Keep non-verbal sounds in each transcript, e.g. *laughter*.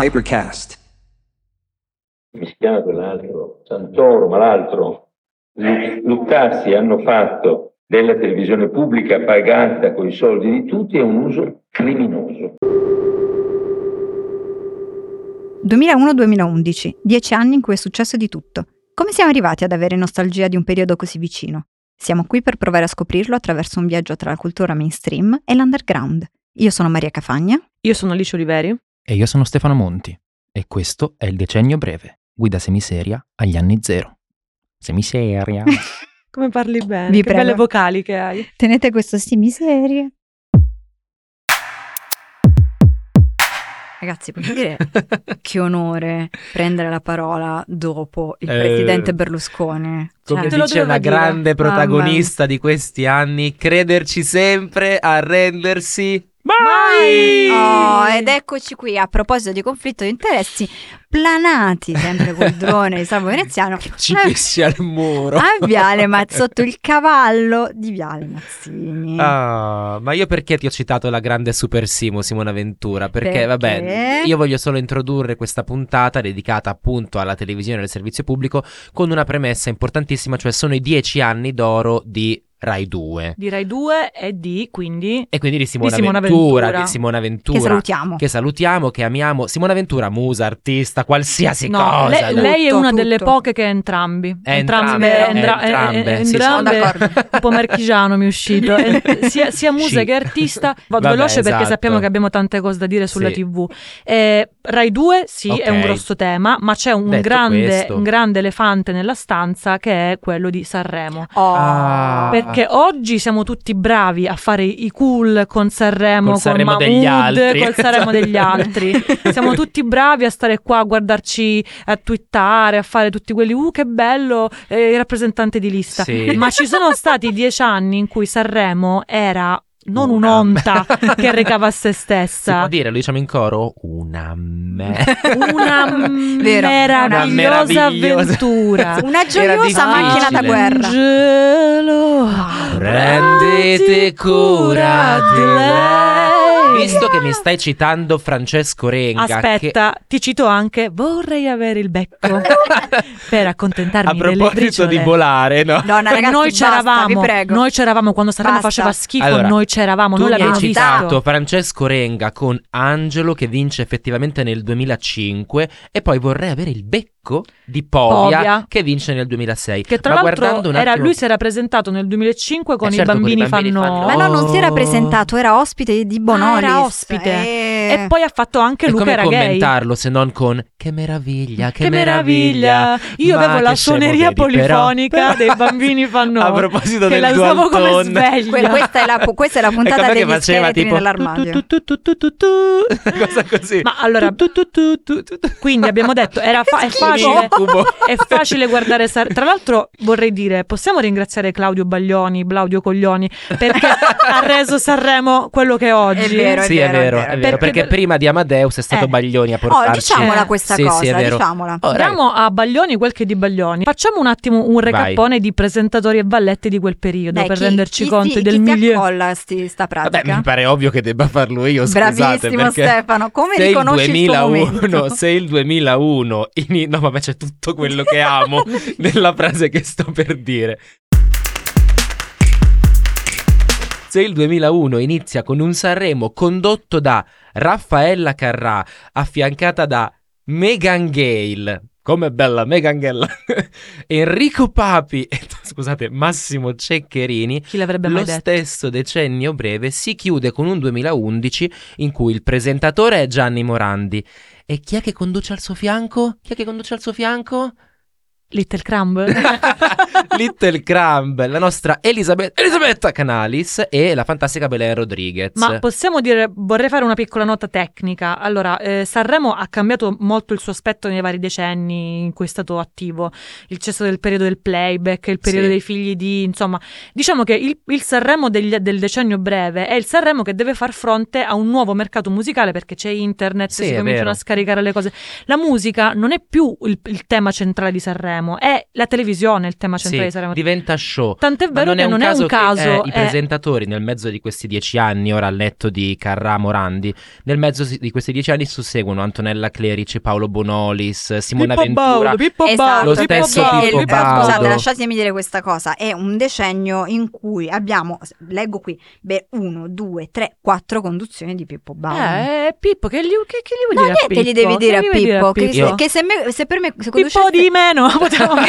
Hypercast. come si chiama quell'altro? Santoro, ma l'altro, Lu- Luccassi hanno fatto della televisione pubblica pagata con i soldi di tutti è un uso criminoso. 2001-2011, dieci anni in cui è successo di tutto. Come siamo arrivati ad avere nostalgia di un periodo così vicino? Siamo qui per provare a scoprirlo attraverso un viaggio tra la cultura mainstream e l'underground. Io sono Maria Cafagna. Io sono Alice Oliveri. E io sono Stefano Monti e questo è il decennio breve, guida semiseria agli anni zero. *laughs* Semiseria. Come parli bene? Vi che prego. belle vocali che hai. Tenete questo sti miserie. Ragazzi, posso *laughs* dire che onore prendere la parola dopo il Eh, presidente Berlusconi. Cioè, *laughs* Come Te lo dice dovevo una dire. grande Mamma protagonista di questi anni, crederci sempre, arrendersi mai! Oh, ed eccoci qui a proposito di conflitto di interessi, planati sempre *laughs* col drone di Salvo Veneziano Ci a- fissi al muro. a Viale Mazzotto, il cavallo di Viale Mazzini. *laughs* Ah, ma io perché ti ho citato la grande Super Simo Simona Ventura? Perché, Perché? vabbè, io voglio solo introdurre questa puntata dedicata appunto alla televisione e al servizio pubblico con una premessa importantissima, cioè sono i dieci anni d'oro di Rai 2. Direi due e di, quindi... E quindi di Simona, Simona Ventura, Ventura. di Simona Ventura. Che salutiamo. che salutiamo, che amiamo. Simona Ventura, musa, artista, qualsiasi No, cosa. lei, dai. lei è Tutto, una delle tutto. poche che è entrambi. Entrambe, endra- entrambe, eh, eh, sì, sono Sono entrambe. d'accordo. *laughs* Un po' marchigiano mi è *laughs* uscito. Eh, sia, sia musa Sì. che *laughs* artista. Vado Vabbè, veloce perché esatto. sappiamo che abbiamo tante cose da dire sulla Sì. TV. Eh, Rai 2, sì, è un Ok. grosso tema, ma c'è un Detto grande, questo. un grande elefante nella stanza che è quello di Sanremo. Oh, Ah. Perché oggi siamo tutti bravi a fare i cool con Sanremo, Col con Sanremo Mahmood, degli altri. Esatto. col Sanremo *laughs* degli altri. Siamo tutti bravi a stare qua a guardarci, a twittare, a fare tutti quelli uh che bello, eh, il rappresentante di lista. Sì. Ma ci sono stati dieci anni in cui Sanremo era non Una- un'onta *laughs* che recava a se Si può stessa. dire, lo diciamo in coro? Una me. *laughs* Una Vero, una meravigliosa meravigliosa- avventura. Una gioiosa difficile. macchina da guerra. Angelo, Prendete cura di lei. Visto che mi stai citando Francesco Renga. *laughs* Aspetta, ti cito anche vorrei avere il becco per che... accontentarmi A delle proposito briciole. di volare, no? Donna, Perché ragazzi, noi basta, vi c'eravamo, prego. noi c'eravamo quando Sanremo Basta. faceva schifo, Allora, noi c'eravamo, tu non mi hai l'abbiamo citato visto. Francesco Renga con Angelo che vince effettivamente nel 2005 e poi vorrei avere il becco di Povia, Povia. che vince nel 2006. Che tra Ma guardando l'altro un era, attimo- lui si era presentato nel 2005 con Eh i certo, con i bambini, bambini fanno... fanno- Ma no, non si era Oh. presentato, era ospite di Bonolis. Ah, era ospite. Eh. E poi ha fatto anche E Luca come era gay. commentarlo se non con che meraviglia, che, Che meraviglia! Io Ma avevo la che scemo suoneria vedi, però. polifonica *laughs* dei bambini fanno. A proposito che del la usavo come Dualton. sveglia. Que- questa, è la, pu- questa è la È puntata come degli che faceva scheletri tipo nell'armadio. tu, tu, tu, tu, tu, tu, *laughs* una cosa così. Ma allora, Tu, tu, tu, tu, tu, tu. quindi abbiamo detto, era fa- è Schifo. facile. Incubo. È facile guardare Sar- Tra l'altro vorrei dire, possiamo ringraziare Claudio Baglioni, Blaudio Coglioni, perché ha reso Sanremo quello che è oggi. È vero, Sì, è vero, è vero, Perché perché, del- prima di Amadeus è stato Eh. Baglioni a portarci. Oh, diciamola Eh. questa Sì, sì, cosa, diciamo- è vero. diciamola. Oh, dai. Diamo a Baglioni quel che è di Baglioni. Facciamo un attimo un recappone di presentatori e balletti di quel periodo Dai, per chi- renderci chi conto si- del chi si milieu. accolla sti- sta pratica. Vabbè, mi pare ovvio che debba farlo io, scusate, Bravissimo perché Stefano, come se il riconosci il tuo 2001, momento? se il 2001, ini- no vabbè c'è tutto quello *laughs* che amo nella frase che sto per dire. Se il 2001 inizia con un Sanremo condotto da Raffaella Carrà, affiancata da Megan Gale, come bella Megan Gale, *laughs* Enrico Papi, e, scusate, Massimo Ceccherini, Chi l'avrebbe mai lo detto? stesso decennio breve si chiude con un 2011 in cui il presentatore è Gianni Morandi. E chi è che conduce al suo fianco? Chi è che conduce al *laughs* suo fianco? Little Crumb? *laughs* *laughs* Little Crumb, la nostra Elisabeth- Elisabetta Canalis e la fantastica Belen Rodriguez. Ma possiamo dire, vorrei fare una piccola nota tecnica. Allora, eh, Sanremo ha cambiato molto il suo aspetto nei vari decenni in cui è stato attivo. Il cesso del periodo del playback, il periodo Sì. dei figli di... Insomma, diciamo che il, il Sanremo degli- del decennio breve è il Sanremo che deve far fronte a un nuovo mercato musicale perché c'è internet, Sì, si è cominciano vero. a scaricare le cose. La musica non è più il, il tema centrale di Sanremo. Sanremo, è la televisione il tema centrale di Sanremo. diventa show. Tant'è Ma vero che non è un caso. che, eh, I è- presentatori nel mezzo di questi dieci anni, ora al letto di Carrà Morandi, nel mezzo si- di questi dieci anni susseguono Antonella Clerici, Paolo Bonolis, Simona Pippo Ventura. Baudo, Pippo Esatto, Baudo, Lo Pippo stesso Baudo, Pippo Pippo Baudo. Baudo. Paolo. Scusate, lasciatemi dire questa cosa. È un decennio in cui abbiamo, leggo qui, beh, uno, due, tre, quattro conduzioni di Pippo Baudo. Eh, Pippo, che gli, che, che gli vuoi no, dire? a niente, gli Pippo? devi Che dire a gli Pippo. vuoi Che, Pippo? se, che se me- se per me, se Pippo conoscesse- di *laughs* meno, *laughs* potevamo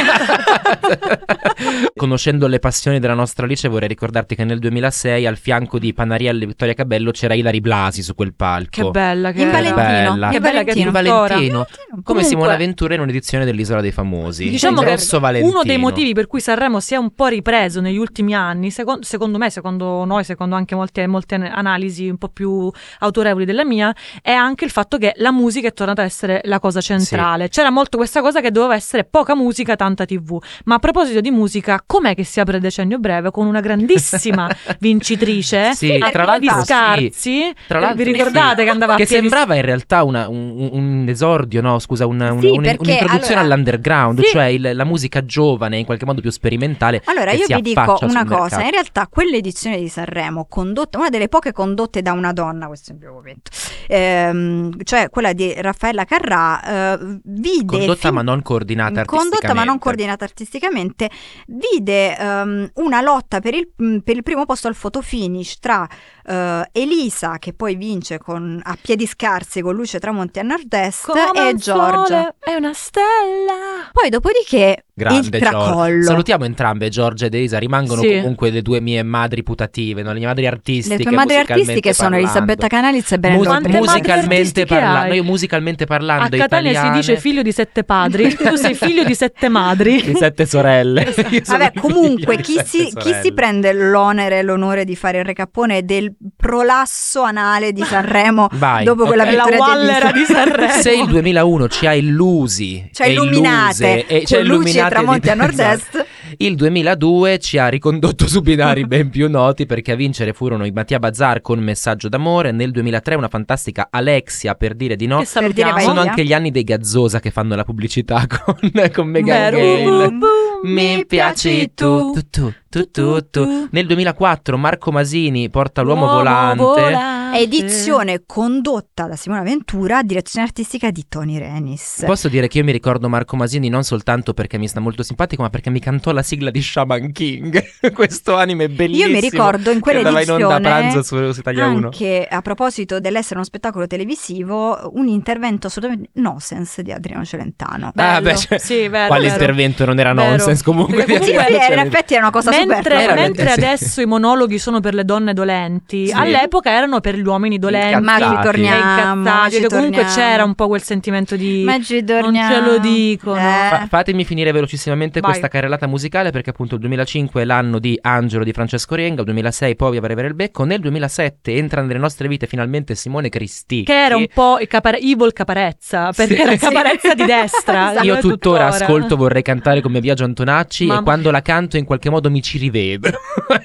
Conoscendo le passioni della nostra Alice, vorrei ricordarti che nel 2006 al fianco di Panariello e Vittoria Cabello c'era Ilari Blasi su quel palco. Che bella che In era. Valentino. Bella. Che In bella che In era. Valentino. Valentino. Valentino. Come Comunque- Simona Ventura in un'edizione dell'Isola dei Famosi. Diciamo Il che grosso Valentino. Uno dei motivi per cui Sanremo si è un po' ripreso negli ultimi anni, secon- secondo me, secondo noi, secondo anche molte, molte an- analisi un po' più autorevoli della mia, è anche il fatto che la musica è tornata ad essere la cosa centrale. C'era molto questa cosa che doveva essere poca musica, tanta TV. Ma a proposito di musica, com'è che si apre il decennio breve con una *laughs* grandissima vincitrice? Sì, a tra Piedi l'altro sì. Scarzi. Tra vi l'altro sì. ricordate che andava a Che piedi sembrava in realtà una- un, un esordio, no? Scusa, una- una- Sì, un- perché, un'introduzione allora, all'underground, sì. cioè il- la musica giovane, in qualche modo più sperimentale. Allora, che io si vi dico affaccia sul una cosa: mercato. in realtà, quell'edizione di Sanremo, condotta, una delle poche condotte da una donna, questo è il mio commento, ehm, cioè quella di Raffaella Carrà, eh, vide. Condotta fin- ma non coordinata Condotta ma non artisticamente. coordinata artisticamente, vide ehm, una lotta per il, mh, per il primo posto al fotofinish tra eh, Elisa, che poi vince con, a piedi scarsi con Luce Tramonti a nord-est, Come e un Giorgia. sole è una stella. Poi dopodiché il Grande Giorgia. tracollo. Salutiamo entrambe, Giorgia ed Elisa. Rimangono Sì. comunque le due mie madri putative, no? le mie madri artistiche. Le tue madri musicalmente artistiche sono parlando. Elisabetta Canalizza e Mus- Belen Rodri. Quante madri musicalmente artistiche parlando, hai? io musicalmente parlando. A Catania italiane, si dice figlio di sette *laughs* padri, tu sei figlio di sette madri. di sette sorelle. Io *laughs* sono *laughs* Vabbè, il comunque, figlio di chi si, sette chi si sorelle. prende l'onere e l'onore di fare il recapone del prolasso anale di Sanremo *laughs* Vai, dopo quella ok. La vittoria di Wallera Elisa? *laughs* di Sanremo. Se il 2001 ci ha illusi, Cioè, e illuminate, illuse, e ci ha con luci e illuminate tramonti *laughs* di- Esatto. a nord-est. Il 2002 ci ha ricondotto su binari ben più noti perché a vincere furono i Mattia Bazar con Messaggio d'amore, nel 2003 una fantastica Alexia per dire di no. Che salutiamo. vai Sono via. anche gli anni dei Gazzosa che fanno la pubblicità *laughs* con, con Megan Vero. Gale. Boom, boom, Mi piaci tu, tu, tu, tu, tu, tu. Nel 2004 Marco Masini porta l'uomo volante. volante. Edizione condotta da Simona Ventura, direzione artistica di Tony Renis. Posso dire che io mi ricordo Marco Masini non soltanto perché mi sta molto simpatico, ma perché mi cantò la sigla di Shaman King, *laughs* questo anime bellissimo. Io mi ricordo in che andava in onda a quell'edizione pranzo su, su Italia 1. anche a proposito dell'essere uno spettacolo televisivo, un intervento assolutamente nonsense di Adriano Celentano. Ah, beh, Bello. cioè, Sì, vero, Quale vero. intervento non era Vero. nonsense comunque. Perché Sì, comunque- sì, Cioè, in effetti è una cosa superflua. Mentre, Era mentre veramente- adesso i monologhi sono per le donne dolenti, Sì. all'epoca erano per gli uomini dolenti. Ma Incazzati. ci torniamo. incazzati, ci che comunque torniamo. c'era un po' quel sentimento di Ma ci non torniamo. ce lo dicono. Eh. Fa- fatemi finire velocissimamente Vai. questa carrellata musicale perché appunto il 2005 è l'anno di Angelo di Francesco Renga, il 2006 poi avere il becco, nel 2007 entra nelle nostre vite finalmente Simone Cristi. che era un po' il capare- evil caparezza, perché Sì. era caparezza di *laughs* destra. Esatto. Io Lo è tuttora tuttora. ascolto Vorrei cantare come Biagio Antonacci Mamma- e quando la canto in qualche modo mi ci rivedo.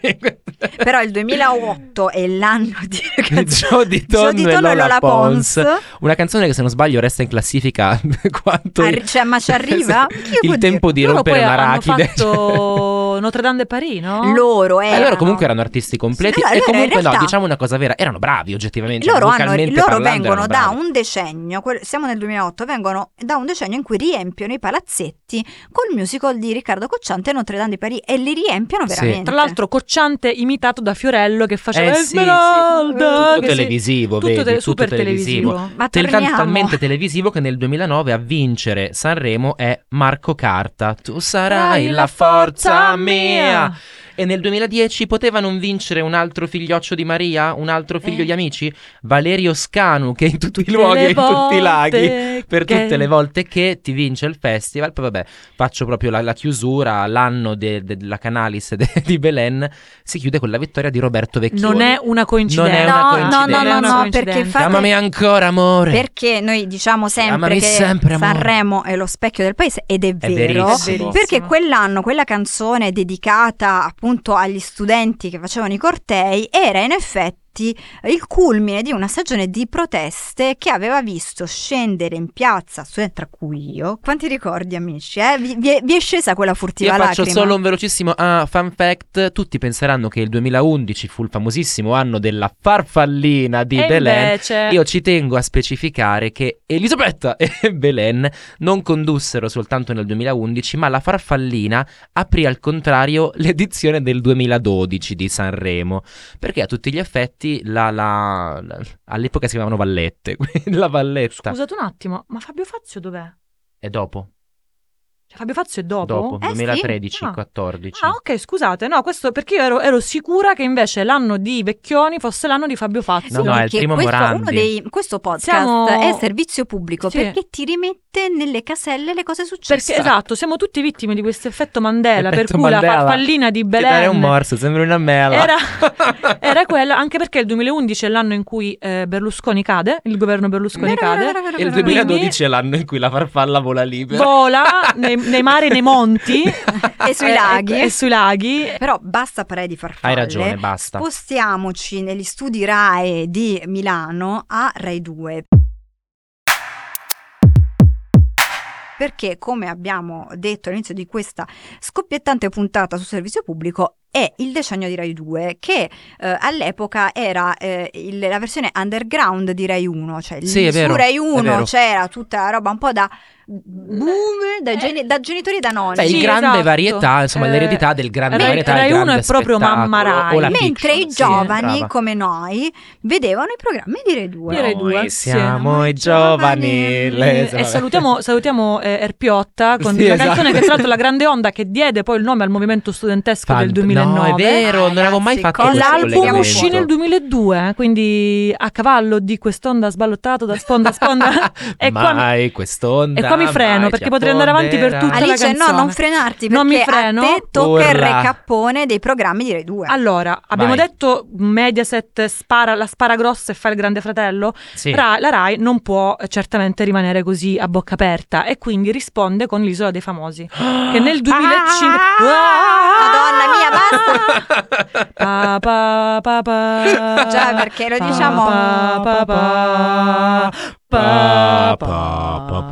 *laughs* Però il 2008 è l'anno *laughs* di Gio di Gio Tonno e Lola, Pons. Pons. Una canzone che se non sbaglio resta in classifica *laughs* quanto... Arri- cioè, *laughs* ma ci arriva? Chi può dire? Il tempo di Loro rompere poi una hanno rachide. fatto Notre Dame de Paris, no? Loro E erano. Eh, loro comunque erano artisti Sì, completi allora, allora, e in comunque no, realtà- diciamo una cosa vera, erano bravi oggettivamente. Loro, hanno- vocalmente loro cioè, parlando vengono erano da bravi. un decennio, quel- siamo nel 2008, vengono da un decennio in cui riempiono i palazzetti col musical di Riccardo Cocciante e Notre Dame di Paris e li riempiono Sì. veramente. Tra l'altro Cocciante imitato da Fiorello che faceva Eh sì, sì. Esmeralda, Tutto che si- televisivo, tutto vedi, tele- tutto super televisivo. ma Tel- torniamo. talmente televisivo che nel 2009 a vincere Sanremo è Marco Carta. Tu sarai la forza mia. E nel 2010 poteva non vincere un altro figlioccio di Maria, un altro figlio Eh. di amici? Valerio Scanu, che in tutti i Tutte luoghi le e in tutti volte i laghi, per che- tutte le volte che ti vince il festival. Poi vabbè, faccio proprio la, la chiusura, l'anno de- de- della Canalis *laughs* de- di Belen si chiude con la vittoria di Roberto Vecchioni. Non è una coincidenza. Non è una No, no, no, no, coincidenza. no, Una perché coincidenza. infatti Amami ancora amore. Perché noi diciamo sempre Amami che sempre, amore. Sanremo è lo specchio del paese ed è, È vero. verissimo. Perché quell'anno quella canzone dedicata appunto agli studenti che facevano i cortei era in effetti infatti il culmine di una stagione di proteste che aveva visto scendere in piazza, su- tra cui io, quanti ricordi amici, eh? Vi, vi è, vi è scesa quella Io furtiva faccio lacrima? solo un velocissimo ah, fun fact. Tutti penseranno che il 2011 fu il famosissimo anno della farfallina di e Belen. invece... Io ci tengo a specificare che Elisabetta *laughs* e Belen non condussero soltanto nel 2011, ma la farfallina aprì al contrario *laughs* l'edizione del 2012 di Sanremo, perché a tutti gli effetti la- la- la- all'epoca si chiamavano Vallette, *laughs* quindi la Valletta Scusate un attimo, ma Fabio Fazio dov'è? è dopo, Cioè, Fabio Fazio è dopo? dopo, sì. 2013, Ah. 14. Ah, ok, scusate, no, questo perché io ero, ero sicura che invece l'anno di Vecchioni fosse l'anno di Fabio Fazio. No, no, è il perché primo questo, Morandi. uno dei- questo podcast Siamo- è servizio pubblico Sì. perché ti rimette nelle caselle le cose successe. Perché esatto, siamo tutti vittime di questo effetto Mandela, per Effetto cui Mandela. la farfallina di Ti darei un Belen morso, sembra una mela. *laughs* era, era quella, anche perché il 2011 è l'anno in cui eh, Berlusconi cade, il governo Berlusconi Vero, vero, cade, vero, vero, E il vero, vero. 2012 è l'anno in cui la farfalla vola libera. Boh, vola nei, nei mari e nei monti E sui *laughs* Eh, e- laghi. e, sui laghi. Però basta parlare di farfalle. Hai ragione, basta. Spostiamoci negli studi RAE di Milano a Rai 2. Perché, come abbiamo detto all'inizio di questa scoppiettante puntata sul servizio pubblico, è il decennio di Rai 2, che eh, all'epoca era eh, il- la versione underground di Rai 1. Cioè, lì Sì, è vero, su Rai vero. 1 c'era tutta la roba un po' da boom, da, geni- da genitori da nonni. Eh. Beh, il Sì, grande esatto. varietà, insomma, Eh, l'eredità del grande Rai- varietà. il Rai Uno grande è proprio spettacolo, mamma Rai. o la Mentre fiction, i sì, eh, giovani brava. come noi vedevano i programmi di Rai 2. Di Rai due, Noi sì. siamo i giovani. le- E insomma, salutiamo, salutiamo eh, Erpiotta con Sì, la esatto. canzone che tra l'altro la grande onda che diede poi il nome al movimento studentesco fan- del 2009. No, è vero, non avevo mai Ragazzi, fatto con questo L'album collegamento. uscì nel 2002, eh, quindi a cavallo di quest'onda sballottato da sponda a sponda. e qua mi- Mai quest'onda. e qua mi freno, mai perché ci potrei andare avanti per apponderà. tutta la Alice, no, canzone. non frenarti perché Non mi freno. a te tocca il Urra. recappone dei programmi di Rai 2. Allora, abbiamo Vai. detto Mediaset spara, la spara grossa e fa il grande fratello? Sì. Ra- la RAI non può eh, certamente rimanere così a bocca aperta e quindi risponde con l'isola dei famosi. Che nel 2005... Madonna mia, basta! Pa, pa, pa, pa. Già, perché lo Pa, diciamo- pa, pa, pa. Pa, pa, pa,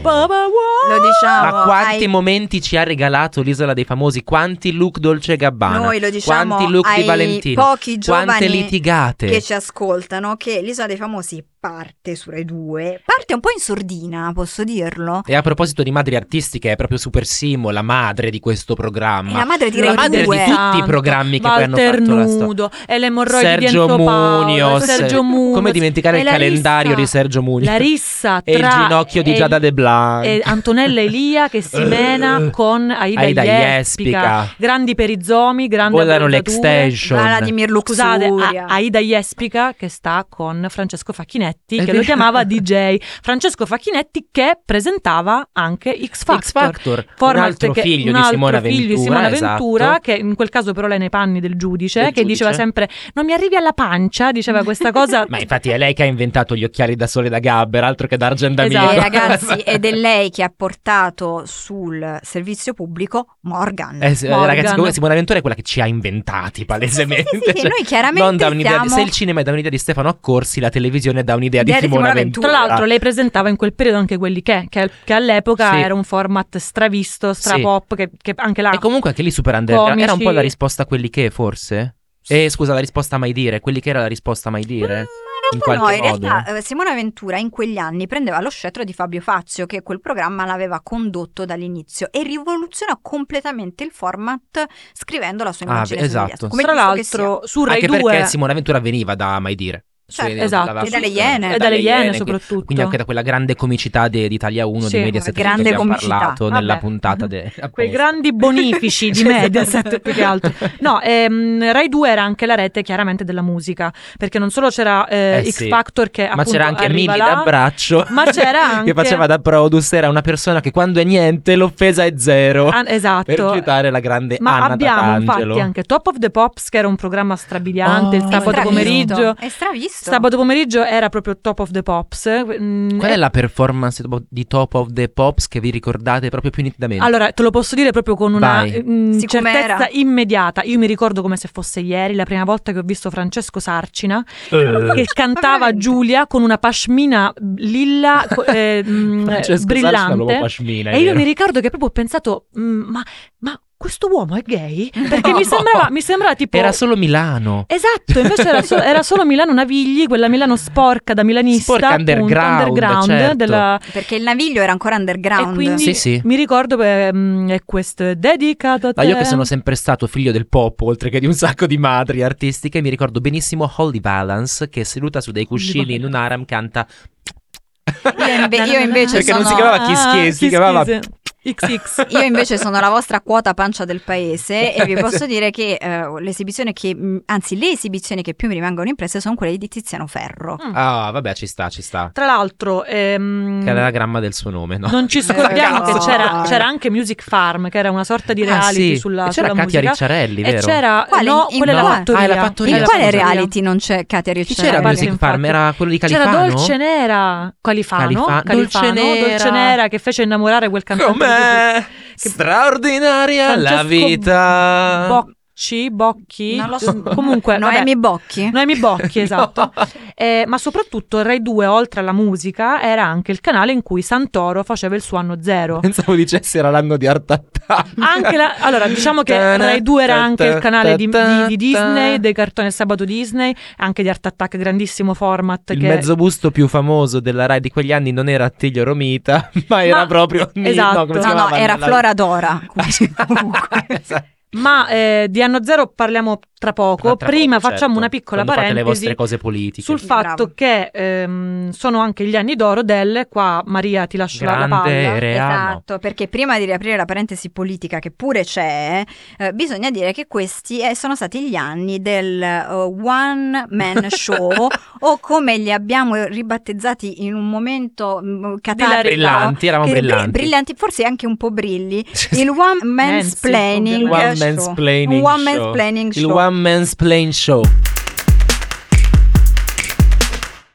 pa, pa. Lo diciamo. *laughs* Ma quanti ai- momenti ci ha regalato l'isola dei famosi? Quanti look Dolce e Gabbana? noi lo diciamo quanti look ai di Valentino? pochi Quante giovani litigate? che ci ascoltano che l'isola dei famosi parte su Rai 2, parte un po' in sordina, posso dirlo. E a proposito di madri artistiche, è proprio Super Simo la madre di questo È programma. la madre di Esatto. la Rai madre di 2. tutti i programmi che poi hanno Walter fatto la storia. Nudo, e le emorroidi Sergio di Enzo Paolo, Munoz. Eh, Sergio Munoz, Come dimenticare e il la calendario rissa. di Sergio Munoz. La rissa e il tra- ginocchio di e- Giada De Blanc. e *laughs* Antonella Elia che si mena con Aida, Aida Jespica. Jespica. Grandi perizomi, grandi Volano abbronzature. l'extension. Vladimir Luxuria. Scusate, A- Aida Jespica che sta con Francesco Facchinetti È che vero. lo *laughs* chiamava DJ. Francesco Facchinetti che presentava anche X Factor. X Factor, un Format altro che- figlio un di altro Simona figlio Ventura, di Simona esatto. Ventura, che in quel caso però lei nei panni del giudice, Del che giudice. diceva sempre non mi arrivi alla pancia, diceva questa cosa. *laughs* Ma infatti è lei che ha inventato gli occhiali da sole da Gabber, altro che da Argendamino. Esatto. Eh, ragazzi, ed è lei che ha portato sul servizio pubblico Morgan. *laughs* Eh, sì, eh, Morgan. ragazzi, comunque Simona Ventura è quella che ci ha inventati palesemente. Sì, sì, sì, sì, Cioè, noi chiaramente non dà un'idea, siamo- Se il cinema dà un'idea di Stefano Accorsi, la televisione dà un'idea di Idea di Simona Simona Ventura. Tra l'altro lei presentava in quel periodo anche quelli che, che, che all'epoca Sì. era un format stravisto, strapop, che, che anche là... E comunque anche lì Super Underground era un Comici. po' la risposta a quelli che, forse? Eh, scusa, la risposta a mai dire. Quelli che era la risposta a mai Mm, dire. Mm, in Ma in realtà no, qualche in modo. realtà eh, Simona Ventura in quegli anni prendeva lo scettro di Fabio Fazio che quel programma l'aveva condotto dall'inizio e rivoluzionò completamente il format scrivendo la sua Ah, immagine sul beh, esatto. biglietto, come Tra giusto che l'altro su Rai Anche 2... perché Simona Ventura veniva da mai dire. Certo, Cioè, esatto. l'aveva E dalle assunta- Iene. e dalle Iene quindi- soprattutto. Quindi anche da quella grande comicità di, di Italia 1 Sì, di Mediaset di cui grande abbiamo comicità. parlato nella Vabbè. puntata *laughs* de- Quei apposta. grandi bonifici *laughs* di Esatto. Mediaset più che altro. No, ehm, Rai 2 era anche la rete chiaramente della musica, perché non solo c'era eh, Eh X sì. Factor che appunto ma c'era anche Mili arriva là, d'abbraccio ma c'era anche *laughs* che faceva da producer era una persona che quando è niente l'offesa è zero Ah, esatto. per citare la grande ma Anna abbiamo Tatangelo infatti anche Top of the Pops che era un programma strabiliante Oh. il sabato Stravisto, pomeriggio È stravisto. visto. Sabato pomeriggio era proprio Top of the Pops. mm, Ah, Qual è e- la performance dopo- di Top of the Pops che vi ricordate proprio più nitidamente? Allora, te lo posso dire proprio con una Vai. eh, mm, Sì, com'era? certezza immediata. Io mi ricordo come se fosse ieri, la prima volta che ho visto Francesco Sarcina, Eh. che cantava veramente? Giulia con una pashmina lilla co- *laughs* eh, mm, Francesco Sarsi è un uomo brillante. pashmina, eh. è E io vero. mi ricordo che proprio ho pensato, "Mm, ma, ma questo uomo è gay? Perché No. mi, sembrava, mi sembrava tipo... Era solo Milano. Esatto, invece era, so- era solo Milano Navigli, quella Milano sporca da milanista. Sporca appunto, underground, certo. della- Perché il naviglio era ancora underground. E quindi Sì, sì. mi ricordo eh, mm, è questo è dedicato a te. Ma io che sono sempre stato figlio del pop, oltre che di un sacco di madri artistiche, mi ricordo benissimo Holly Valance che seduta su dei cuscini in un aram canta Io, inve- *laughs* io invece Perché sono... non si chiamava Kiss Ah, Kiss, si chiamava- XX. Io invece sono la vostra quota pancia del paese e vi posso dire che eh, l'esibizione che, mh, anzi le esibizioni che più mi rimangono impresse sono quelle di Tiziano Ferro. Ah, vabbè, ci sta, ci sta. Tra l'altro, ehm, Che era la gramma del suo nome, no? non ci scordiamo Cazzo. che c'era, c'era anche Music Farm, che era una sorta di Ah, reality sì. sulla, E c'era sulla Katia musica. Ricciarelli, E vero? c'era Quale? no, In quella è quale? la fattoria. Ah, è la fattoria. In Io quale sono reality non c'è Katia Chi Ricciarelli? c'era Infatti, Music Farm? infatti. Era quello di C'era Califano? Dolce Nera Califano, Califa- Califano, Dolce Nera. Dolce Nera che fece innamorare quel cantante Com'è Che- straordinaria la Francesco vita. Bocci, Bocchi, Non lo so. comunque vabbè. Noemi Bocchi? Noemi *laughs* Bocchi, esatto. Eh, ma soprattutto Rai 2, oltre alla musica, era anche il canale in cui Santoro faceva il suo anno *laughs* zero. Pensavo dicessi era l'anno di Art Attack. Anche la- allora, diciamo che Ta-na, Rai 2 era ta-ta, anche il canale di, ta-ta, di- di ta. Disney, dei cartoni Sabato Disney, anche di Art Attack, grandissimo format. Il che- mezzo busto più famoso della Rai di quegli anni non era Attilio Romita, *laughs* ma era proprio Nino, esatto. come si No, no, chiamava? era La- Flora *laughs* Dora. *laughs* Comunque. Esatto. Ma eh, di anno zero parliamo tra poco. Tra- tra Prima poco, facciamo certo. una piccola Quando fate parentesi. le vostre cose politiche. Sul Bravo. fatto che ehm, sono anche gli anni d'oro del qua Maria ti lascio la- la palla. Grande Reano. Esatto, perché prima di riaprire la parentesi politica che pure c'è, eh, bisogna dire che questi eh, sono stati gli anni del eh, one man *laughs* show o come li abbiamo ribattezzati in un momento mh, catartico. Brillanti, eravamo che- bri- brillanti. brillanti, forse anche un po' *laughs* brilli. Il one man Nancy, splaining ovviamente. show. One man's planning Un one man show. splaining Il show. one man's plane show.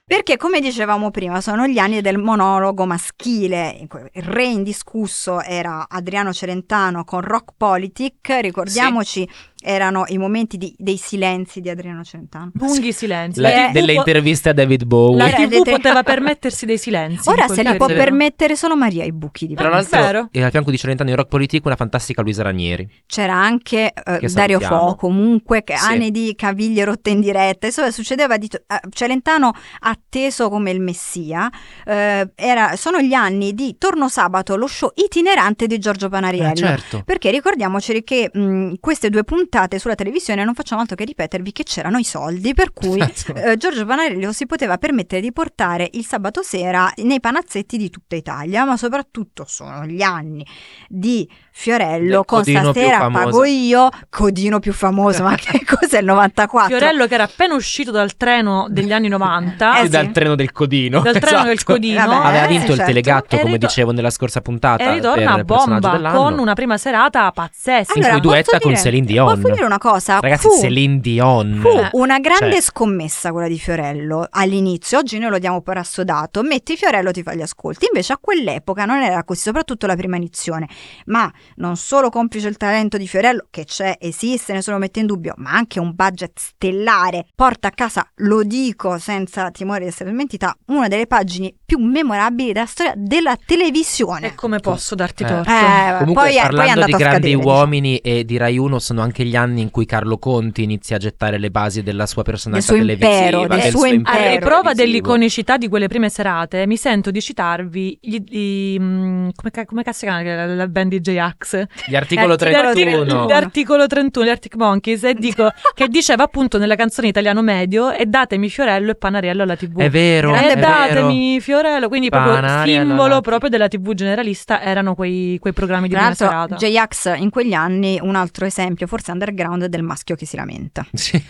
Perché, come dicevamo prima, sono gli anni del monologo maschile. in cui Il re indiscusso era Adriano Celentano con Rock Politic. Ricordiamoci, erano i momenti di- dei silenzi di Adriano Celentano. Lunghi silenzi. Eh, La- La TV delle po- interviste a David Bowie. La Era TV vedete- poteva permettersi dei silenzi. in Ora quel se li può periodo. permettere solo Maria i buchi di Tra Venezia. l'altro, Vero. e al fianco di Celentano in rock politico, una fantastica Luisa Ranieri. C'era anche eh, Che Dario salutiamo. Fo, comunque, che Sì. anni di caviglie rotte in diretta. Insomma, succedeva di to- eh, Celentano atteso come il messia. Eh, era- sono gli anni di Torno Sabato, lo show itinerante di Giorgio Panariello. Eh, certo. Perché ricordiamoci che mh, queste due puntate sulla televisione non facciamo altro che ripetervi che c'erano i soldi, per *laughs* cui Esatto. eh, Giorgio Panarello si poteva permettere di portare il sabato sera nei panazzetti di tutta Italia, ma soprattutto sono gli anni di Fiorello Del con codino più stasera famoso. pago io, codino più famoso, ma *laughs* che cos'è il 94? Fiorello che era appena uscito dal treno degli anni 90. Eh E sì. dal treno del codino. Dal treno del esatto. codino. Vabbè, Aveva Eh, vinto il certo. telegatto, E come ritor- dicevo nella scorsa puntata. E ritorna per a personaggio bomba dell'anno. con una prima serata pazzesca. in cui posso duetta con dire- Celine Dion. Posso dire una cosa? Ragazzi, Fu- Celine Dion. Fu una grande Cioè- scommessa quella di Fiorello all'inizio, oggi noi lo diamo per assodato, metti Fiorello ti fa gli ascolti, invece a quell'epoca non era così, soprattutto la prima edizione, ma non solo complice il talento di Fiorello, che c'è, esiste, nessuno lo mette in dubbio, ma anche un budget stellare, porta a casa, lo dico senza timore di essere smentita, una delle pagine più memorabili della storia della televisione. E come posso darti Eh. torto? Eh, Comunque, poi è, poi è parlando andato di a grandi scadere, diciamo. uomini e di Rai 1, sono anche gli anni in cui Carlo Conti inizia a gettare le basi della sua personalità Del suo televisiva, impero, del suo A impero riprova televisivo. dell'iconicità di quelle prime serate, mi sento di citarvi gli- i- mm, come, ca- come cazzo si chiama la, la band di J-Ax? Gli Eh, articolo Gli articoli- 31. gli L'articolo 31, gli Arctic Monkeys, e *laughs* dico che diceva appunto nella canzone italiano medio e datemi Fiorello e Panariello alla TV. È vero, Grande è e vero. Eh, datemi Fiorello, quindi proprio Panariello alla simbolo TV. proprio della TV generalista erano quei, quei programmi di Tra prima l'altro, serata. J-Ax in quegli anni, un altro esempio, forse underground, del maschio che si lamenta. Sì.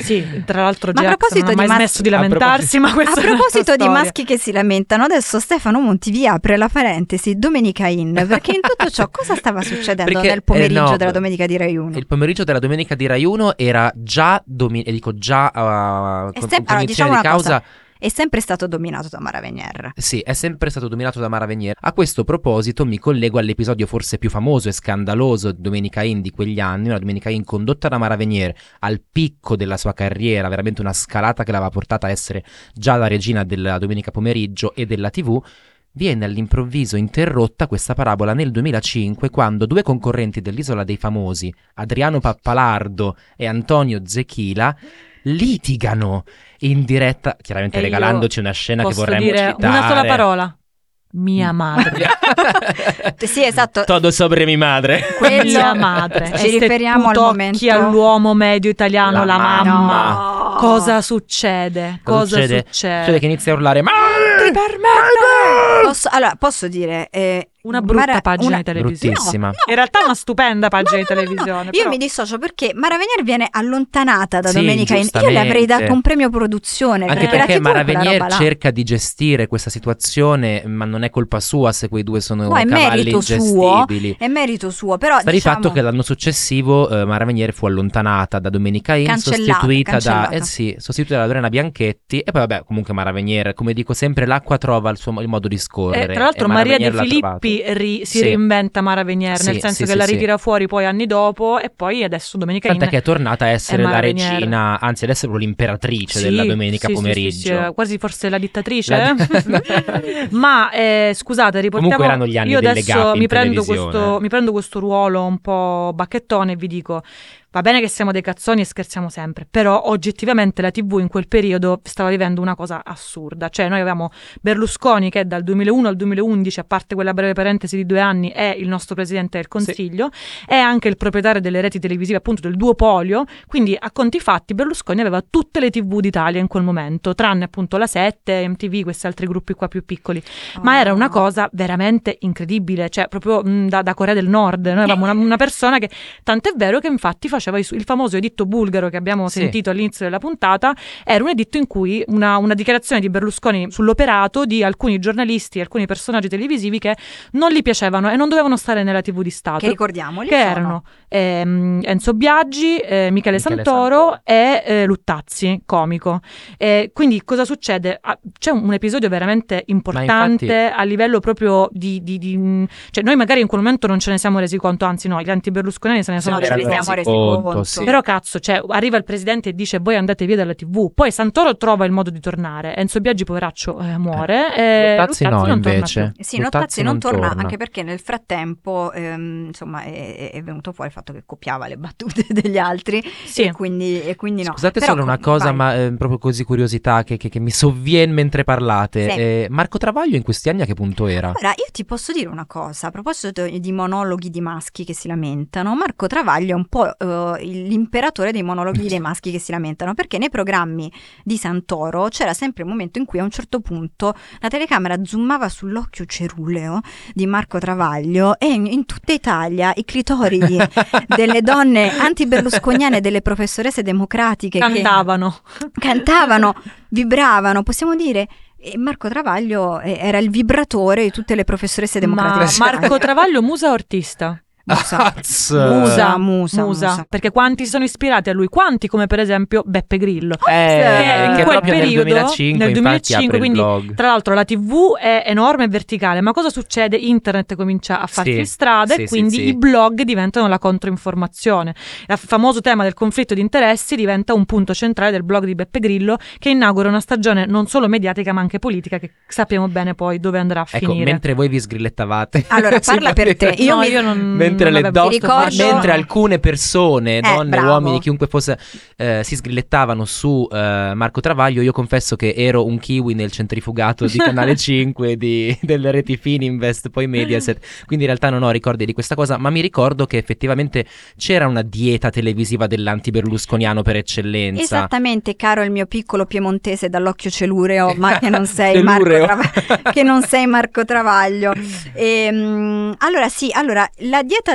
Sì, tra l'altro Ma a Jackson non proposito ha mai di mas- smesso di A proposito- lamentarsi, ma A questa è un'altra proposito di storia. maschi che si lamentano, adesso Stefano Monti vi apre la parentesi Domenica *laughs* In, perché in tutto ciò cosa stava succedendo Perché, nel pomeriggio eh, no, della domenica di Rai 1? Il pomeriggio della domenica di Rai 1 era già domenica, dico già uh, E sempre- allora, diciamo di una causa. È sempre stato dominato da Mara Venier. Sì, è sempre stato dominato da Mara Venier. A questo proposito mi collego all'episodio forse più famoso e scandaloso di Domenica In di quegli anni, una Domenica In condotta da Mara Venier al picco della sua carriera, veramente una scalata che l'aveva portata a essere già la regina della domenica pomeriggio e della TV. Viene all'improvviso interrotta questa parabola nel 2005 quando due concorrenti dell'Isola dei Famosi, Adriano Pappalardo e Antonio Zechila, litigano in diretta, chiaramente E io regalandoci una scena che Posso vorremmo dire citare. Mm. una sola parola. Mia madre. *laughs* Eh, Sì, esatto. Todo sobre mi madre. Quello- Mia madre. Ci E se riferiamo tu al tocchi momento- all'uomo medio italiano, La la, mamma. mamma. No. Cosa succede? Cosa succede? succede? Succede che inizia a urlare Ti madre! permettere? Posso, allora, posso dire... eh, Una brutta Mara- pagina una- di televisione. Bruttissima. No, no, In realtà è no. una stupenda No, pagina di no, no, no, no. televisione. Io però- mi dissocio perché Mara Venier viene allontanata da Sì, Domenica In. Io le avrei dato giustamente. un premio produzione. Anche Eh, perché, perché la Mara TV è quella Venier roba là. cerca di gestire questa situazione, ma non è colpa sua se quei due sono No, è cavalli merito suo. ingestibili. È merito suo, però Sta di diciamo, fatto che l'anno successivo eh, Mara Venier fu allontanata da Domenica In, Cancellata, sostituita da cancellata. eh sì, sostituita da Lorena Bianchetti e poi vabbè, comunque Mara Venier, come dico sempre, l'acqua trova il suo il modo di Eh, scorrere. tra l'altro e Mara Maria Venier De l'ha Filippi trovato. ri- si Sì. reinventa Mara Venier, Sì, nel senso sì, che sì, la sì. ritira fuori poi anni dopo e poi adesso Domenica Tant'è In che è tornata a essere è la Mara Venier. regina, anzi adesso è proprio l'imperatrice della Sì, domenica sì, sì, pomeriggio. sì, sì, eh, quasi forse la dittatrice. La- *laughs* eh? *laughs* Ma eh, scusate, riportiamo. Comunque erano gli anni io delle adesso gaffe in mi prendo, televisione. questo, mi prendo questo ruolo un po' bacchettone e vi dico. Va bene che siamo dei cazzoni e scherziamo sempre, però oggettivamente la TV in quel periodo stava vivendo una cosa assurda. Cioè, noi avevamo Berlusconi che dal 2001 al 2011, a parte quella breve parentesi di due anni, è il nostro presidente del Consiglio, è anche il proprietario delle reti televisive, appunto del duopolio. Quindi, a conti fatti, Berlusconi aveva tutte le TV d'Italia in quel momento, tranne appunto la 7, MTV, questi altri gruppi qua più piccoli. Ma era una cosa veramente incredibile, cioè proprio mh, da, da Corea del Nord. Noi avevamo una, una persona che, tant'è vero che infatti faceva i su- il famoso editto bulgaro che abbiamo Sì. sentito all'inizio della puntata, era un editto in cui una, una dichiarazione di Berlusconi sull'operato di alcuni giornalisti, alcuni personaggi televisivi che non gli piacevano e non dovevano stare nella TV di Stato. Che ricordiamoli. che sono- erano ehm, Enzo Biaggi, eh, Michele, Michele Santoro. Santoro, e eh, Luttazzi, comico. Eh, quindi cosa succede? Ah, c'è un, un episodio veramente importante a livello proprio di, di- di- mh, Cioè noi magari in quel momento non ce ne siamo resi conto, anzi no, gli anti-berlusconiani se ne sono No, ce resi ne conto. Erano siamo resi resi conto, conto. sì. Però cazzo, cioè, arriva il presidente e dice voi andate via dalla TV, poi Santoro trova il modo di tornare, Enzo Biaggi poveraccio eh, muore, e Tazzi no, non torna invece. più. Sì, Nottazzi non, torna, anche perché nel frattempo ehm, insomma, è, è venuto fuori il fatto che copiava le battute *laughs* degli altri Sì. e, quindi, e quindi no. Scusate Però solo una com- cosa, vai. ma eh, proprio così curiosità che, che- che mi sovviene mentre parlate. Sì. Ah, Eh, Marco Travaglio in questi anni a che punto era? Allora, io ti posso dire una cosa, a proposito di monologhi di maschi che si lamentano, Marco Travaglio è un po' eh, l'imperatore dei monologhi dei maschi che si lamentano, perché nei programmi di Santoro c'era sempre il momento in cui a un certo punto la telecamera zoomava sull'occhio ceruleo di Marco Travaglio e in, in tutta Italia i clitoridi delle *laughs* donne anti-berlusconiane, delle professoresse democratiche Cantavano. che cantavano, vibravano, possiamo dire... e Marco Travaglio eh, era il vibratore di tutte le professoresse Ma democratiche. *laughs* Marco Travaglio, musa o artista? *laughs* Musa. Azz. Musa, musa, musa. Eh, Perché quanti si sono ispirati a lui? Quanti, come per esempio Beppe Grillo. Eh, Che in che quel proprio periodo, nel 2005, nel infatti, 2005, apre il quindi blog. Tra l'altro, la TV è enorme e verticale, ma cosa succede? Internet comincia a farsi Sì, strada sì, e sì, quindi sì. i blog diventano la controinformazione. Il famoso tema del conflitto di interessi diventa un punto centrale del blog di Beppe Grillo, che inaugura una stagione non solo mediatica, ma anche politica, che sappiamo bene poi dove andrà a Ecco, finire. mentre voi vi sgrillettavate. Allora, *laughs* Sì, parla per te. praticamente- Io No, mi- non. Mentre, non le avevo- donne- ricordo- mentre alcune persone, Eh, donne, bravo. uomini, chiunque fosse, eh, si sgrillettavano su eh, Marco Travaglio, io confesso che ero un kiwi nel centrifugato *laughs* di Canale 5 di- delle reti Fininvest, poi Mediaset. Quindi in realtà non ho ricordi di questa cosa, ma mi ricordo che effettivamente c'era una dieta televisiva dell'anti-berlusconiano per eccellenza. Esattamente, caro il mio piccolo piemontese dall'occhio celureo, ma *laughs* che non sei Telureo. Marco *laughs* Travaglio. che non sei Marco Travaglio. Ehm, allora sì, allora la dieta vita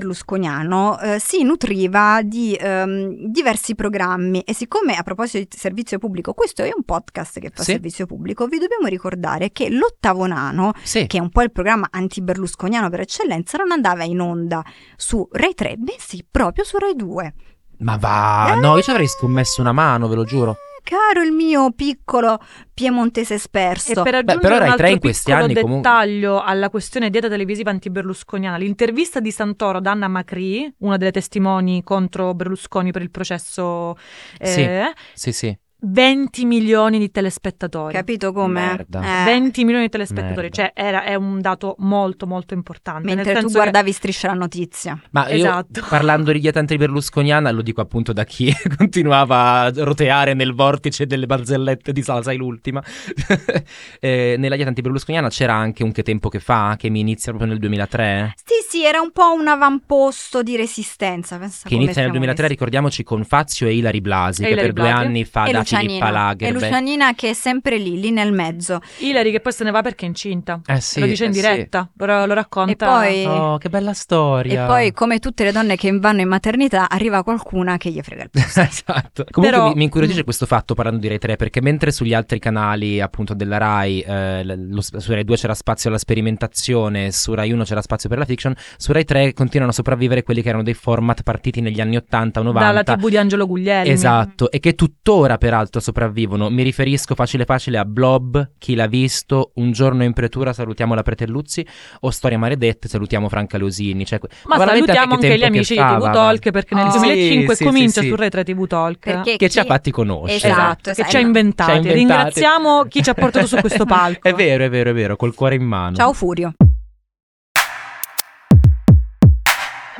dell'anti-berlusconiano eh, si nutriva di ehm, diversi programmi e siccome a proposito di servizio pubblico, questo è un podcast che fa Sì. servizio pubblico, vi dobbiamo ricordare che l'ottavo nano, Sì. che è un po' il programma anti-berlusconiano per eccellenza, non andava in onda su Rai 3, bensì proprio su Rai 2. Ma va, Ah, no, io ci avrei scommesso una mano, ve lo giuro. Eh? Caro il mio piccolo Eh, piemontese E esperso. per Beh, aggiungere però Rai un altro tre in questi piccolo anni comunque- dettaglio alla questione dieta televisiva anti-berlusconiana, l'intervista di Santoro ad Anna Macri, una delle testimoni contro Berlusconi per il processo, Sì. eh, Sì, sì. 20 milioni di telespettatori. Capito come? Eh, Merda. 20 milioni di telespettatori, Merda. cioè era, è un dato molto molto importante. nel Mentre tu senso che- guardavi striscia la notizia. Ma io, Esatto. parlando di dieta antiberlusconiana, lo dico appunto da chi *laughs* continuava a roteare nel vortice delle barzellette di Salsa, l'ultima. *laughs* Eh, nella dieta antiberlusconiana c'era anche un che tempo che fa, che mi inizia proprio nel 2003. Sì, sì, era un po' un avamposto di resistenza. Pensa Che come inizia siamo nel 2003, messi. ricordiamoci, con Fazio e Ilari Blasi, E che Ilary per due Blasi. anni fa E da Filippa Lucianina, e Lagerberg. Lucianina che è sempre lì, lì nel mezzo. Ilari che poi se ne va perché è incinta. Eh sì, lo dice in eh sì. diretta, lo, lo racconta. E poi, Oh, che bella e storia. *laughs* poi, come tutte le donne che vanno in maternità, arriva qualcuna che gli Ecco. frega il posto. esatto. Comunque Però- mi, mi incuriosisce Mm. questo fatto parlando di Rai 3, perché mentre sugli altri canali appunto della Rai, eh, l- lo sp- su Rai 2 c'era spazio alla sperimentazione, su Rai 1 c'era spazio per la fiction, su Rai 3 continuano a sopravvivere quelli che erano dei format partiti negli anni 80 o 90. dalla tv di Angelo Guglielmi. Esatto, e che tuttora peraltro sopravvivono. Mi riferisco facile facile a Blob, Chi l'ha visto, Un giorno in pretura salutiamo la Pretelluzzi o Storie maledette salutiamo Franca Leosini. Cioè, que- Ma veramente salutiamo che anche gli tempo che amici di fa, TV va, va. Talk perché nel Oh. 2005 Ah, Sì, sì, comincia sì, sì. su Rai 3 TV Talk. Perché Che chi- ci ha fatti conoscere. Esatto. che sai, ci ha no. inventati. Ci ha inventati. Ringraziamo chi ci ha portato su *laughs* questo palco. È vero, è vero, è vero, col cuore in mano. Ciao Furio.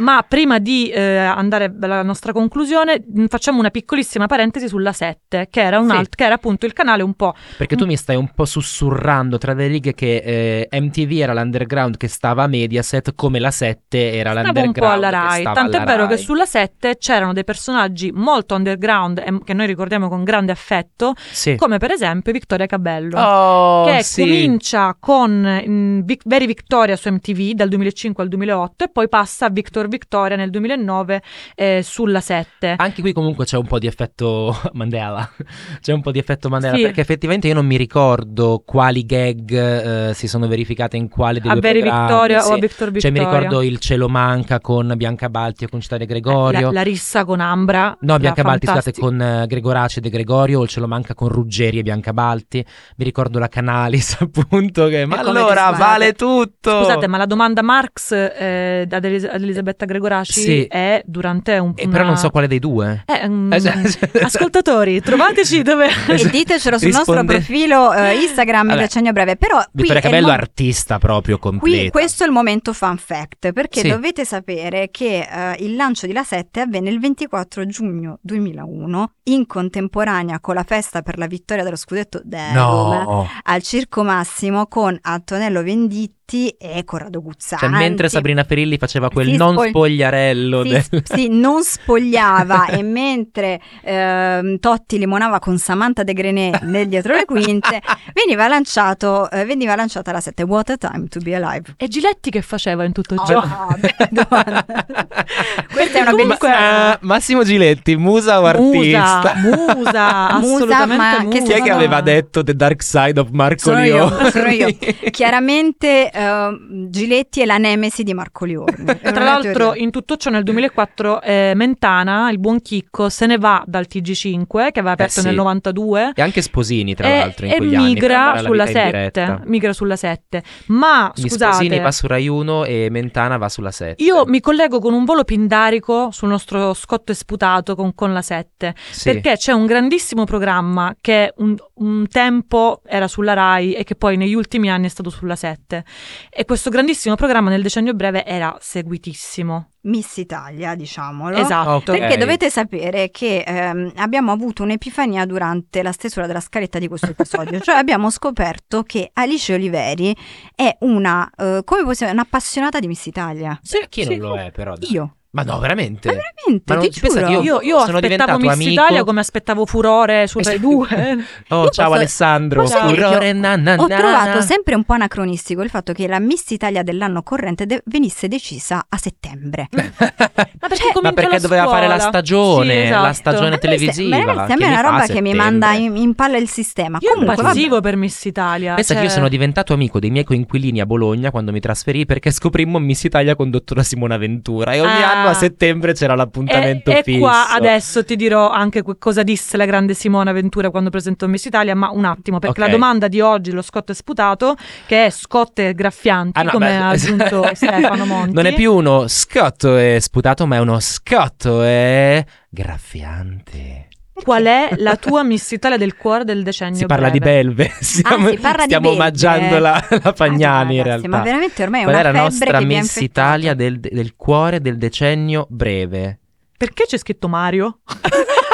Ma prima di eh, andare alla nostra conclusione, mh, facciamo una piccolissima parentesi sulla 7, che era, un Sì. alt- che era appunto il canale un po'. Perché tu mi stai un po' sussurrando tra le righe che eh, MTV era l'underground che stava a Mediaset, come la 7 era Stava un l'underground po' alla che Rai, stava tant'è alla vero che Rai. sulla 7 c'erano dei personaggi molto underground e- che noi ricordiamo con grande affetto, Sì. come per esempio Vittoria Cabello. Oh, che sì. comincia con mm, Vic- Very Victoria su MTV dal 2005 al 2008 e poi passa a Victor Victoria nel 2009 eh, sulla 7. Anche qui comunque c'è un po' di effetto *laughs* Mandela. C'è un po' di effetto Mandela Sì. perché effettivamente io non mi ricordo quali gag eh, si sono verificate in quale dei A due Very programmi. Victoria sì. o a Victor Victoria. Cioè mi ricordo il Cielo manca con Bianca Balti o con Città di Gregorio. Eh, La, la rissa con Ambra. No, Bianca la Balti, scusate, fantastica- con eh, Gregorace De Gregorio, o ce lo manca con Ruggeri e Bianca Balti. Mi ricordo la Canalis, *laughs* appunto, che... Ma come allora ti sbagli? vale tutto! Eh, Scusate, ma la domanda Marx eh, ad, Elis- ad Elisabetta Gregoraci Sì. è durante un... E però una- non so quale dei due. Eh, mm, Eh, cioè- cioè- Esatto. ascoltatori, trovateci *laughs* dove... E ditecelo sul nostro Risponde- profilo eh, Instagram Vabbè. Decennio Breve. Però qui Vittoria è il Cabello, mo- artista proprio completa. Qui questo è il momento fun fact, perché Sì. dovete sapere che eh, il lancio di La 7 avvenne il 24 giugno 2001, in contemporanea con la festa per la vittoria dello scudetto del Roma No, al Circo Massimo con Antonello Venditti e Corrado Guzzanti. cioè, mentre Sabrina Ferilli faceva quel Si non spogli- spogliarello. si, del- si non spogliava e mentre ehm, Totti limonava con Samantha De Grenet nel dietro le quinte, veniva, lanciato, eh, veniva lanciata la 7 What a Time to Be Alive. E Giletti che faceva in tutto Cioè, ciò? Oh, beh, *laughs* domanda. Questa è una Comunque- bellissima Ah, Massimo Giletti, musa o artista? *laughs* Musa, musa, assolutamente ma che musa. Chi è che Sono- aveva detto The Dark Side of Marco Sono io, Lioni? sono io. Chiaramente ehm, Giletti è la nemesi di Marco Liorni. È una Tra l'altro, teoria. in tutto ciò, nel 2004 eh, Mentana, il buon Chicco, se ne va dal TG5 che aveva aperto Eh, sì. nel 92 *laughs* E anche Sposini, tra e, l'altro, in e quegli anni. per migra andare alla sulla vita in diretta. 7. Migra sulla 7. Ma Quindi scusate, Sposini va su Rai 1 e Mentana va sulla 7. io mi collego con un volo pindarico sul nostro scotto esputato con, con la 7. Sì. Perché c'è un grandissimo programma che un, un tempo era sulla Rai e che poi negli ultimi anni è stato sulla 7. E questo grandissimo programma nel decennio breve era seguitissimo. Miss Italia, diciamolo. Esatto. Ok. Perché dovete sapere che ehm, abbiamo avuto un'epifania durante la stesura della scaletta di questo episodio, cioè abbiamo scoperto che Alice Oliveri è una, eh, come possiamo, un'appassionata di Miss Italia. Chi Sì. non lo è, però? dai. Io, Ah, Ma no, veramente? Ma veramente, Ma non ti ci pensate, giuro. io- Io, io sono aspettavo diventato Miss amico. Italia come aspettavo Furore su Rai 2. Oh, Io ciao posso- Alessandro. posso dire che Furore, na, na, Ho na, trovato na. sempre un po' anacronistico il fatto che la Miss Italia dell'anno corrente de- venisse decisa a settembre. Ma perché, Cioè, Eh, Ma comincia perché la doveva scuola? fare la stagione, Sì, esatto. la stagione A me se- televisiva? ma ragazzi, a me che è una li fa roba a che mi settembre? manda in, in palla il sistema. Io Comunque, vabbè. impazzivo per Miss Italia. Pensa cioè- che io sono diventato amico dei miei coinquilini a Bologna quando mi trasferì perché scoprimmo Miss Italia condotto da Simona Ventura e ogni Ah. anno a settembre c'era e, l'appuntamento e fisso. qua adesso ti dirò anche que- cosa disse la grande Simona Ventura quando presentò Miss Italia, ma un attimo, perché Ok. la domanda di oggi, lo scotto è sputato, che è scotte graffianti, Ah, no, come beh, ha aggiunto *laughs* Stefano Monti. Non è più uno scotto e sputato, ma è uno scotto e graffiante. Qual è la tua Miss Italia del cuore del decennio? Si parla di breve? belve, *laughs* stiamo, Ah, Ah, si parla di stiamo belve. omaggiando la, la Pagnani in Ah, ragazzi, realtà. Ma veramente ormai è Qual una è la febbre nostra che vi ha Miss infettato. Italia del, del cuore del decennio breve? Perché c'è scritto Mario *laughs*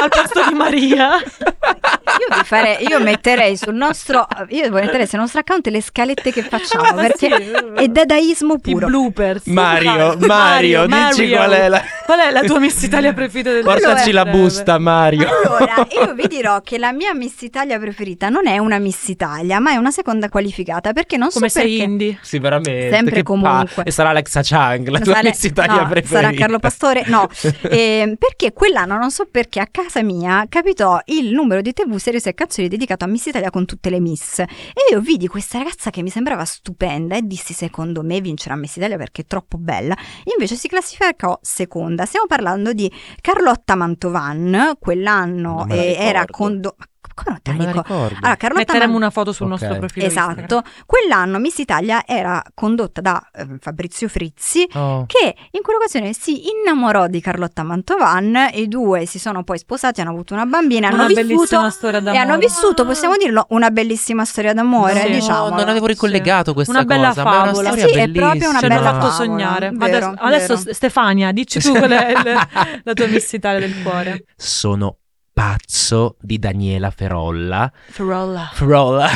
al posto di Maria? Io, vi farei- io metterei sul nostro, io metterei sul nostro account le scalette che facciamo Ma perché *laughs* Ah, sì. è dadaismo I puro. bloopers. Mario, Dai. Mario, dici Mario. qual è la... Qual è la tua Miss *laughs* Italia preferita del Portaci la breve? busta, Mario. *laughs* Allora, io vi dirò che la mia Miss Italia preferita non è una Miss Italia, ma è una seconda qualificata perché non Come so sei perché. indie? Sì, veramente. Sempre che comunque. pa- E sarà Alexa Chang, la Non tua sare- Miss Italia no, preferita. Sarà Carlo Pastore? *laughs* No, *laughs* Ehm, perché quell'anno non so perché a casa mia capitò il numero di TV serie e canzoni dedicato a Miss Italia con tutte le Miss. E io vidi questa ragazza che mi sembrava stupenda e dissi secondo me vincerà Miss Italia perché è troppo bella. Invece si classificò seconda. Stiamo parlando di Carlotta Mantovan, Non quell'anno me la eh, era ricordo. condo... Ma come non te Non la me la dico? ricordo. Allora, Carlotta Metteremo Man- una foto sul Ok. nostro profilo. Instagram. Esatto, quell'anno Miss Italia era condotta da eh, Fabrizio Frizzi Oh. che in quell'occasione si innamorò di Carlotta Mantovan, i due si sono poi sposati, hanno avuto una bambina, hanno Una bellissima vissuto storia e d'amore. hanno vissuto, possiamo dirlo, una bellissima storia d'amore, Sì. diciamo. non avevo ricollegato questa Una bella cosa, ma è una favola. storia Sì, è proprio una bellissima. Ci hanno bella fatto favola. sognare. Ma Vero, adesso, adesso vero. *laughs* S- Stefania, dici tu qual è il- la tua Miss Italia del cuore. Sono pazzo di Daniela Ferolla. Ferolla. Ferolla.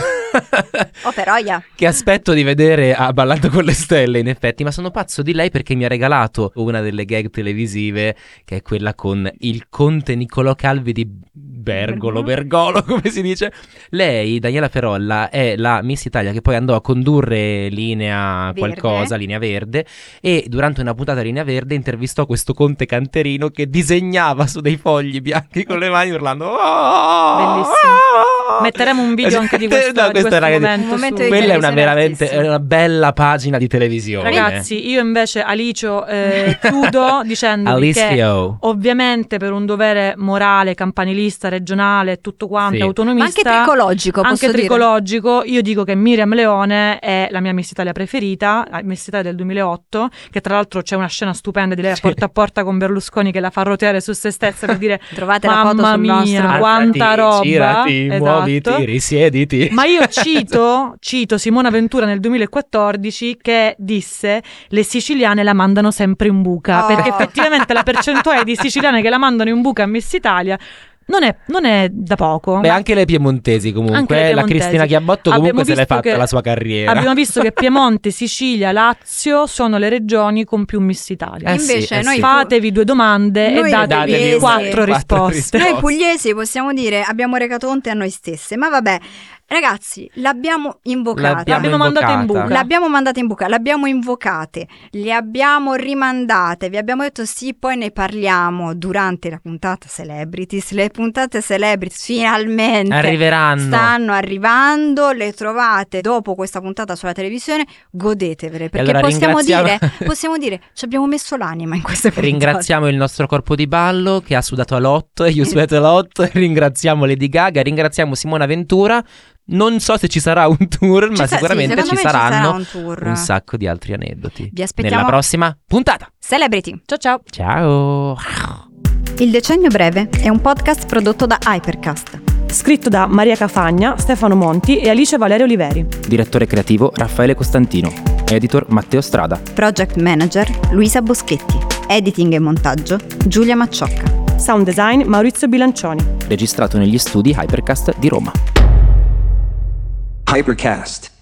Oh, però, ia. che aspetto di vedere a Ballando con le Stelle, in effetti, ma sono pazzo di lei perché mi ha regalato una delle gag televisive, che è quella con il conte Niccolò Calvi di Bergolo, Bergolo, come si dice. Lei, Daniela Ferolla, è la Miss Italia che poi andò a condurre linea Verde. qualcosa, linea verde, e durante una puntata linea verde intervistò questo conte canterino che disegnava su dei fogli bianchi con le mani urlando "Oh!" Bellissimo. Metteremo un video anche di *laughs* No, questo, di questo questo era che- momento. Un momento su- di quella è una televisione veramente è altissima. una bella pagina di televisione. Ragazzi, io invece *laughs* Alicio eh, chiudo dicendo che Alessio. ovviamente per un dovere morale, campanilista, regionale, e tutto quanto, Sì. ma anche autonomista, tricologico, posso anche dire. tricologico, io dico che Miriam Leone è la mia Miss Italia preferita, la Miss Italia del 2008, che tra l'altro c'è una scena stupenda di lei a Sì. porta a porta con Berlusconi che la fa roteare su se stessa per *laughs* dire Trovate la mamma foto sul mia, nostro quanta roba. Alzati, Girati, Esatto. muoviti, risiediti. Ma io Esatto. cito, cito Simona Ventura nel 2014 che disse le siciliane la mandano sempre in buca, Oh. perché effettivamente la percentuale di siciliane che la mandano in buca a Miss Italia non è, non è da poco. Beh, anche le piemontesi comunque, Anche le eh, la piemontesi. Cristina Chiabotto comunque Abbiamo se l'è visto fatta che- la sua carriera. Abbiamo visto che *laughs* Piemonte, Sicilia, Lazio sono le regioni con più Miss Italia. Eh sì, Invece eh noi sì. Fatevi due domande Noi e datevi pugliesi- quattro quattro risposte. risposte. Noi pugliesi possiamo dire abbiamo recato onte a noi stesse, ma vabbè, ragazzi, l'abbiamo invocata. L'abbiamo mandata in invocata. buca. L'abbiamo mandata in buca, l'abbiamo invocate, le abbiamo rimandate, vi abbiamo detto sì, poi ne parliamo durante la puntata Celebrities. Le puntate Celebrities finalmente Arriveranno. stanno arrivando, le trovate dopo questa puntata sulla televisione, godetevele perché allora possiamo, ringraziamo- *laughs* dire, possiamo dire ci abbiamo messo l'anima in queste puntate. Ringraziamo il nostro corpo di ballo che ha sudato a *laughs* lotto e you sweat a lot. Ringraziamo Lady Gaga, ringraziamo Simona Ventura. Non so se ci sarà un tour, Ci ma sa- sì, sicuramente secondo ci me saranno ci sarà un tour. un sacco di altri aneddoti. Vi aspettiamo. Nella prossima puntata. Celebrity. Ciao ciao. Ciao. Il Decennio Breve è un podcast prodotto da Hypercast. Scritto da Maria Cafagna, Stefano Monti e Alice Valerio Oliveri. Direttore creativo Raffaele Costantino. Editor Matteo Strada. Project Manager Luisa Boschetti. Editing e montaggio Giulia Macciocca. Sound design Maurizio Bilancioni. Registrato negli studi Hypercast di Roma. Hypercast.